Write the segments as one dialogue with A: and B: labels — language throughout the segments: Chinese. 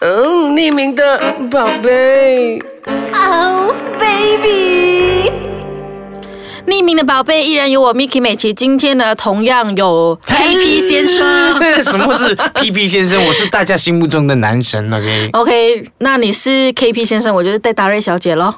A: 嗯匿名的宝贝。
B: Oh baby，
C: 匿名的宝贝依然有我 Miki 美琪，今天呢同样 有 PP 先 生。
D: 什么是 PP 先生？我是大家心目中的男神，OK？
C: 哦 OK，那你是 KP 先生，我就是戴达瑞小姐喽。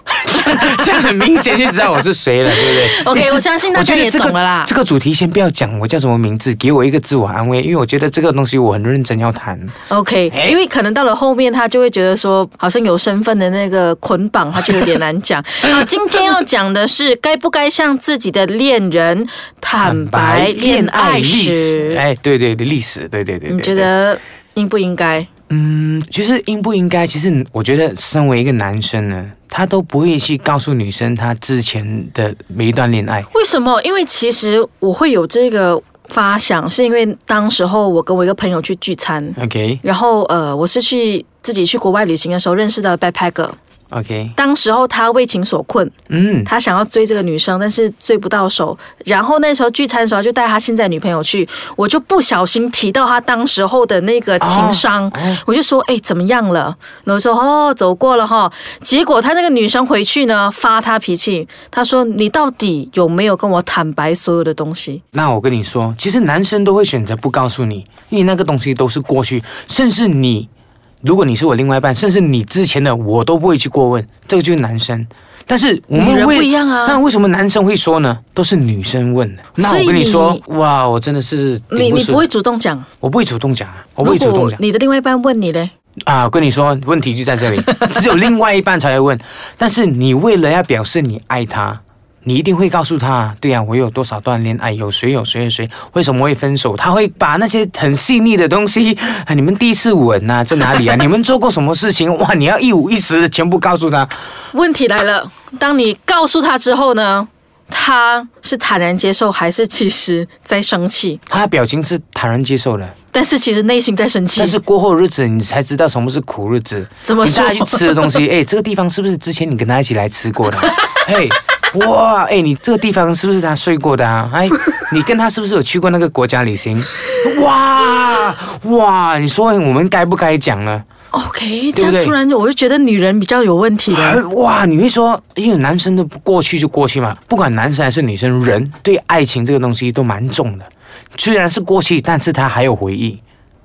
D: 这样很明显就知道我是谁了，对不对
C: OK，
D: 你这
C: 我相信大家
D: 我觉得
C: 也懂了啦
D: 这个。这个主题先不要讲我叫什么名字，给我一个自我安慰，因为我觉得这个东西我很认真要谈。
C: OK，因为可能到了后面，他就会觉得说，好像有身份的那个捆绑，他就有点难 讲。好，今天要讲的是该不该向自己的恋人坦白恋爱史。
D: 哎，对对对，历史，对对对对
C: 你觉
D: 对
C: 得应不应该？
D: 嗯，就是应不应该？其实我觉得，身为一个男生呢，他都不会去告诉女生他之前的每一段恋爱。
C: 为什么？因为其实我会有这个发想，是因为当时候我跟我一个朋友去聚餐，
D: OK
C: 然后呃，我是去自己去国外旅行的时候认识的 backpacker。
D: OK，
C: 当时候他为情所困，
D: 嗯，
C: 他想要追这个女生，但是追不到手。然后那时候聚餐的时候就带他现在女朋友去，我就不小心提到他当时候的那个情商，
D: 哦
C: 我就说哎怎么样了？然后说哦走过了哈。结果他那个女生回去呢发他脾气，他说你到底有没有跟我坦白所有的东西？
D: 那我跟你说，其实男生都会选择不告诉你，因为那个东西都是过去，甚至你，如果你是我另外一半，甚至你之前的我都不会去过问，这个就是男生。但是我
C: 女
D: 们
C: 人
D: 为
C: 不一样啊
D: 那为什么男生会说呢？都是女生问的。那
C: 所以
D: 我跟你说，
C: 你
D: 哇，我真的是
C: 你
D: 顶
C: 你
D: 住
C: 不会主动讲，
D: 我不会主动讲啊，我不
C: 如
D: 会主动
C: 果
D: 讲。
C: 你的另外一半问你嘞，
D: 啊，我跟你说，问题就在这里，只有另外一半才会问。但是你为了要表示你爱他，你一定会告诉他，对呀、我有多少段恋爱，有谁有谁有谁，为什么会分手？他会把那些很细腻的东西，啊、你们第一次吻呐、啊，在哪里啊？你 们做过什么事情？哇，你要一五一十的全部告诉他。
C: 问题来了，当你告诉他之后呢，他是坦然接受，还是其实在生气？
D: 他的表情是坦然接受的，
C: 但是其实内心在生气
D: 但。是过后日子你才知道什么是苦日子。
C: 怎么
D: 你
C: 说
D: 带他去吃的东 西，哎、这个地方是不是之前你跟他一起来吃过的、啊？嘿，哇，哎、你这个地方是不是他睡过的啊？哎，你跟他是不是有去过那个国家旅行？哇哇，你说我们该不该讲啊呢？
C: OK，这
D: 对不对
C: 样突然我就觉得女人比较有问题了。
D: 哇，你会说，因为男生的过去就过去嘛，不管男生还是女生，人对爱情这个东西都蛮重的。虽然是过去，但是他还有回忆，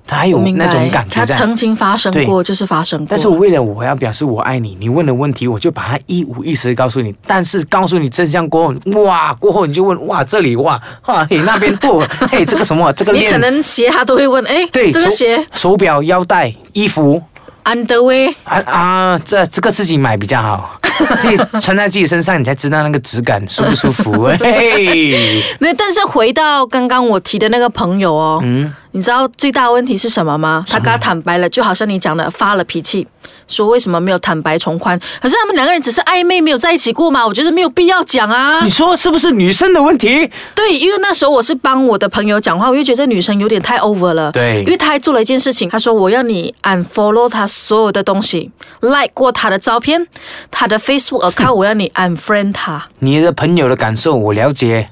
D: 他还有
C: 我明白
D: 那种感觉
C: 它
D: 在。
C: 曾经发生过，
D: 对
C: 就是发生过。
D: 但是我为了我要表示我爱你，你问的问题我就把它一五一十地告诉你。但是告诉你真相过后，哇，过后你就问哇这里哇哇嘿那边 不嘿这个什么这个
C: 你可
D: 链
C: 能鞋他都会问，哎，
D: 对
C: 这个
D: 手
C: 鞋
D: 手表腰带衣服
C: underwear
D: 啊啊这这个自己买比 较好，自己穿在自己身上你才知道那个质感舒不舒服。 嘿，
C: 没有？但是回到刚刚我提的那个朋友哦，
D: 嗯，
C: 你知道最大的问题是什么吗？他跟他坦白了，就好像你讲的发了脾气，说为什么没有坦白从宽？可是他们两个人只是暧昧，没有在一起过嘛，我觉得没有必要讲啊
D: 你。说是不是女生的问题？
C: 对，因为那时候我是帮我的朋友讲话，我就觉得这女生有点太 over 了。
D: 对
C: 因为她还做了一件事情，她说我要你 unfollow 她所有的东西，like 过她的照片，她的 Facebook account 我要你 unfriend 她。
D: 你的朋友的感受我 了解。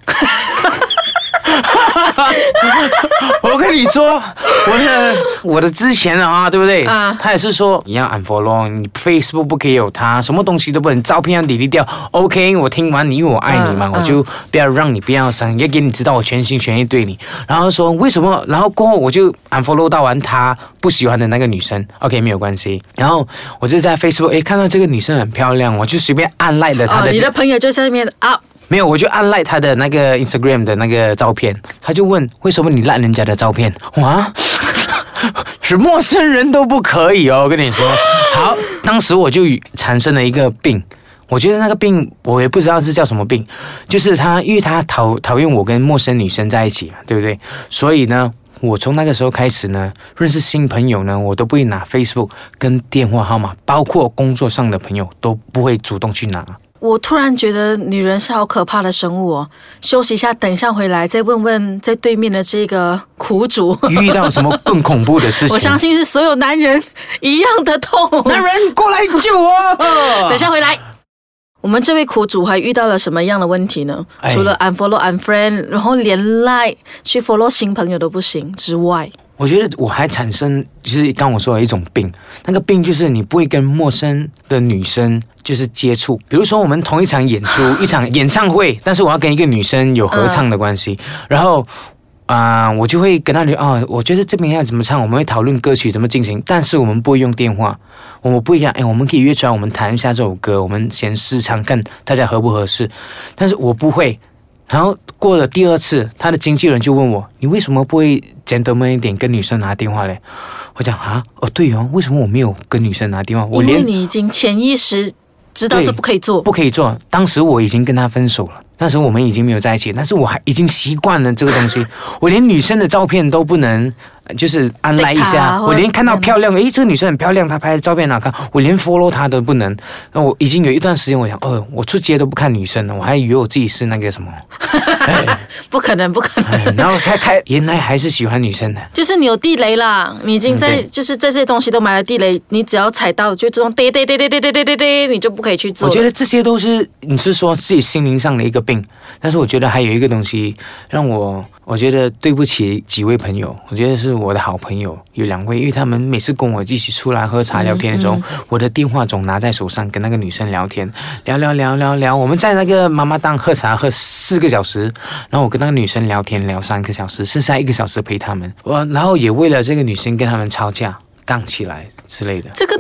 D: 我跟你说，我的我的之前啊，对不对？
C: 啊
D: 他也是说你要 unfollow，你 Facebook 不可以有他，什么东西都不能，照片要 delete 掉。OK，我听完你，因为我爱你嘛，
C: 嗯嗯
D: 我就不要让你不要伤，也给你知道我全心全意对你。然后说为什么？然后过后我就 unfollow 到完他不喜欢的那个女生，OK 没有关系。然后我就在 Facebook 哎看到这个女生很漂亮，我就随便按赖了她
C: 哦，
D: 的
C: 你的朋友就在那边啊，
D: 没有，我就按赖他的那个 Instagram 的那个照片，他就问为什么你赖人家的照片？哇， 是陌生人都不可以哦，我跟你说。好，当时我就产生了一个病，我觉得那个病我也不知道是叫什么病，就是他，因为他讨讨厌我跟陌生女生在一起，啊对不对？所以呢。我从那个时候开始呢，认识新朋友呢，我都不会拿 Facebook 跟电话号码，包括工作上的朋友都不会主动去拿。
C: 我突然觉得女人是好可怕的生物哦。休息一下，等一下回来再问问在对面的这个苦主，
D: 遇到什么更恐怖的事情？
C: 我相信是所有男人一样的痛。
D: 男人过来 救我！
C: 等一下回来。我们这位苦主还遇到了什么样的问题呢？
D: 哎
C: 除了 unfollow、unfriend，然后连 like 去 follow 新朋友都不行之外，
D: 我觉得我还产生就是刚我说的一种病，那个病就是你不会跟陌生的女生就是接触。比如说我们同一场演出、 一场演唱会，但是我要跟一个女生有合唱的关系，
C: 嗯
D: 然后。啊、我就会跟她聊啊、我觉得这边要怎么唱，我们会讨论歌曲怎么进行，但是我们不会用电话，我们不一样，哎，我们可以约出来，我们谈一下这首歌，我们先试唱看大家合不合适，但是我不会。然后过了第二次，他的经纪人就问我：“你为什么不会 gentleman 一点跟女生拿电话嘞？”我讲啊，哦对哦，为什么我没有跟女生拿电话？我
C: 因为
D: 连
C: 你已经潜意识知道
D: 对
C: 这不可以做，
D: 不可以做。当时我已经跟他分手了，那时候我们已经没有在一起，但是我还已经习惯了这个东西， 我连女生的照片都不能。呃就是安来一
C: Take
D: 下，
C: 她
D: 我连看到漂亮，诶，这个女生很漂亮，她拍的照片很好看，我连 follow 她都不能。那我已经有一段时间，我想，哦，我出街都不看女生了，我还以为我自己是那个什么，
C: 不可能，不可能。
D: 哎然后开开，原来还是喜欢女生的。
C: 就是你有地雷啦，你已经在、
D: 嗯对
C: 就是在这些东西都埋了地雷，你只要踩到就自动跌跌跌跌跌跌跌跌跌，你就不可以去做
D: 我
C: 了。
D: 觉得这些都是你是说自己心灵上的一个病，但是我觉得还有一个东西让我，我觉得对不起几位朋友，我觉得是我的好朋友有两位，因为他们每次跟我一起出来喝茶聊天的时候，我的电话总拿在手上跟那个女生聊天，聊聊聊聊聊，我们在那个妈妈档喝茶喝四个小时，然后我跟那个女生聊天聊三个小时，剩下一个小时陪他们，我然后也为了这个女生跟他们吵架、杠起来之类的。
C: 这个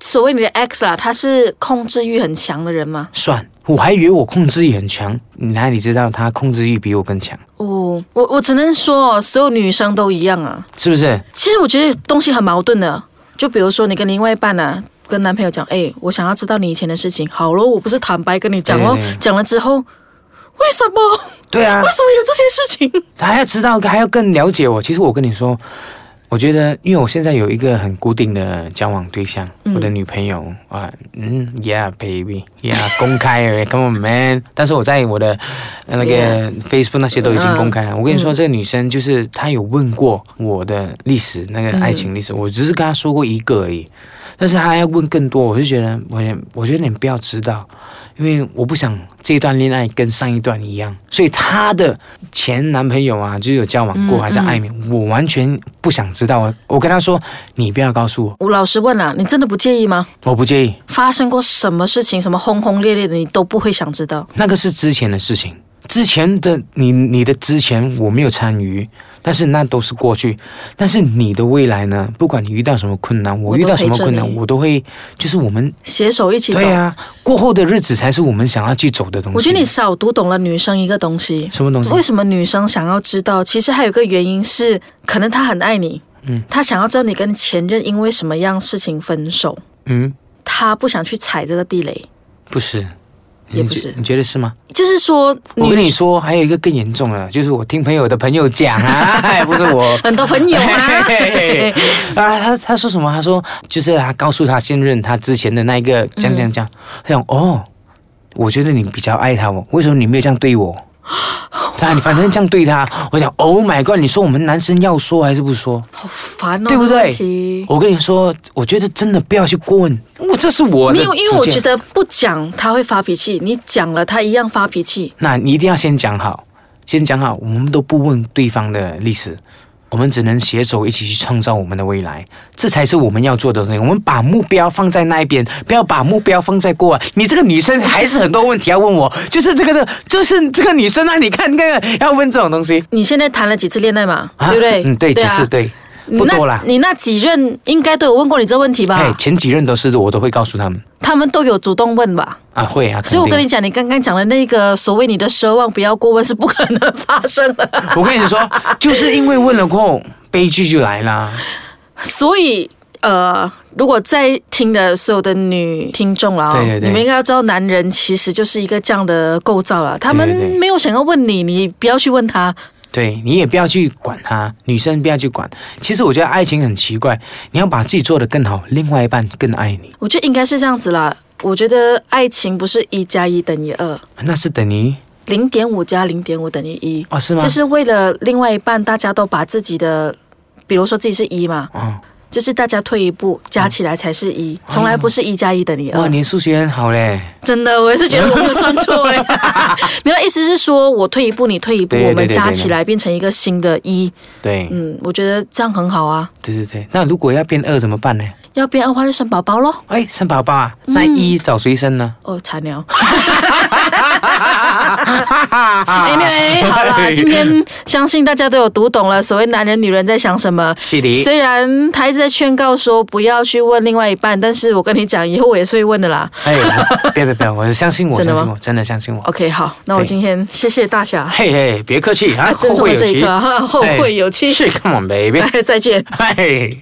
C: 所谓你的 X 啦，他是控制欲很强的人吗？
D: 算，我还以为我控制欲很强，哪里知道他控制欲比我更强，
C: 哦，我我只能说，所有女生都一样啊。
D: 是不是？
C: 其实我觉得东西很矛盾的，就比如说你跟另外一半啊，跟男朋友讲，哎，我想要知道你以前的事情，好咯，我不是坦白跟你讲咯，
D: 对对
C: 讲了之后，为什么？
D: 对啊
C: 为，什么有这些事情？
D: 他还要知道，还要更了解我。其实我跟你说，我觉得，因为我现在有一个很固定的交往对象，我的女朋友啊，嗯，Yeah baby，Yeah，公开而已，Come on man。但是我在我的呃那个 Facebook 那些都已经公开了。我跟你说，这个女生就是她有问过我的历史，那个爱情历史，我只是跟她说过一个而已。但是她还要问更多，我就觉得，我也我觉得你不要知道，因为我不想这一段恋爱跟上一段一样，所以她的前男朋友啊，就是有交往过，还是暧昧，我完全不想知道。我我跟她说，你不要告诉我，
C: 我老实问啦、你真的不介意吗？
D: 我不介意，
C: 发生过什么事情，什么轰轰烈烈的，你都不会想知道。
D: 那个是之前的事情。之前的你，你的之前我没有参与，但是那都是过去。但是你的未来呢？不管你遇到什么困难，我
C: 我都
D: 遇到什么
C: 陪着
D: 困难，
C: 你
D: 我都会，就是我们
C: 携手一起走。
D: 对啊，过后的日子才是我们想要去走的东西。
C: 我觉得你少读懂了女生一个东西。
D: 什么东西？
C: 为什么女生想要知道？其实还有一个原因是，可能她很爱你，嗯，她想要知道你跟前任因为什么样事情分手，
D: 嗯，
C: 她不想去踩这个地雷。
D: 不是，
C: 也
D: 你
C: 不
D: 觉
C: 是
D: 你觉得是吗？
C: 就是说，
D: 我跟你说，还有一个更严重的，就是我听朋友的朋友讲 啊，哎不是我。
C: 很多朋友啊，
D: 嘿 嘿嘿啊，他他说什么？他说就是他告诉他现任他之前的那一个这样这样这样，
C: 嗯
D: 他讲哦，我觉得你比较爱他哦，为什么你没有这样对我？他你反正这样对他，我讲 Oh my God！你说我们男生要说还是不说？
C: 好烦哦，
D: 对不
C: 这个问
D: 对
C: 题？
D: 我跟你说，我觉得真的不要去过问，我这是我的
C: 没
D: 主见。
C: 有，因为我觉得不讲她会发脾气，你讲了她一样发脾气。
D: 那你一定要先讲好，先讲好，我们都不问对方的历史，我们只能携手一起去创造我们的未来，这才是我们要做的事情。我们把目标放在那一边，不要把目标放在过来。你这个女生还是很多问题要问我，就是这个这，就是这个女生啊，你看那个要问这种东西，
C: 你现在谈了几次恋爱嘛？对不对？
D: 嗯，对，只
C: 啊
D: 是。对，不多啦
C: 你那。你那几任应该都有问过你这问题
D: 哎
C: 吧，？
D: 前几任都是我都会告诉他们
C: 他们都有主动问吧？
D: 啊，会啊，
C: 所以我
D: 肯定
C: 跟你讲，你刚刚讲的那个所谓你的奢望不要过问是不可能发生的。
D: 我跟你说，就是因为问了过后，悲剧就来啦。
C: 所以呃，如果在听的所有的女听众啦、哦，
D: 对对对
C: 你们应该要知道，男人其实就是一个这样的构造了，他们
D: 对对对
C: 没有想要问你，你不要去问他。
D: 对你也不要去管他，女生不要去管。其实我觉得爱情很奇怪，你要把自己做得更好，另外一半更爱你，
C: 我觉得应该是这样子啦。我觉得爱情不是一加一等于二，
D: 那是等于
C: 零点五加零点五等于一。
D: 哦，是吗？
C: 就是为了另外一半，大家都把自己的，比如说自己是一嘛，
D: 哦，
C: 就是大家退一步加起来才是一，从来不是一加一等于
D: 嗯哎哇，
C: 二。
D: 你数学很好嘞，
C: 真的，我也是觉得我没有算错 哎。没有，意思是说我退一步，你退一步，
D: 对对
C: 我们
D: 对对
C: 加
D: 对
C: 起来变成一个新的一。
D: 对，
C: 嗯，我觉得这样很好啊。
D: 对对对。那如果要变二怎么办呢？
C: 要变二话就生宝宝咯。
D: 哎，生宝宝啊，
C: 嗯
D: 那一找谁生呢？
C: 哦，惨了。
D: 哎
C: Anyway，好啦，今天相信大家都有读懂了所谓男人女人在想什么。
D: 是的
C: 虽然他一直在劝告说不要去问另外一半，但是我跟你讲，以后我也是会问的啦。
D: 哎，别别别，我相信我，
C: 真的
D: 相
C: 吗哦
D: 信我，真的相信我。
C: OK，好，那我
D: 对
C: 今天谢谢大侠，
D: 嘿嘿，别客气啊，
C: 珍
D: 后
C: 重
D: 会
C: 了
D: 有
C: 这一啊
D: 期
C: 刻，，哈后会有期。 哎
D: 是，come on baby，
C: 再见。
D: 嘿。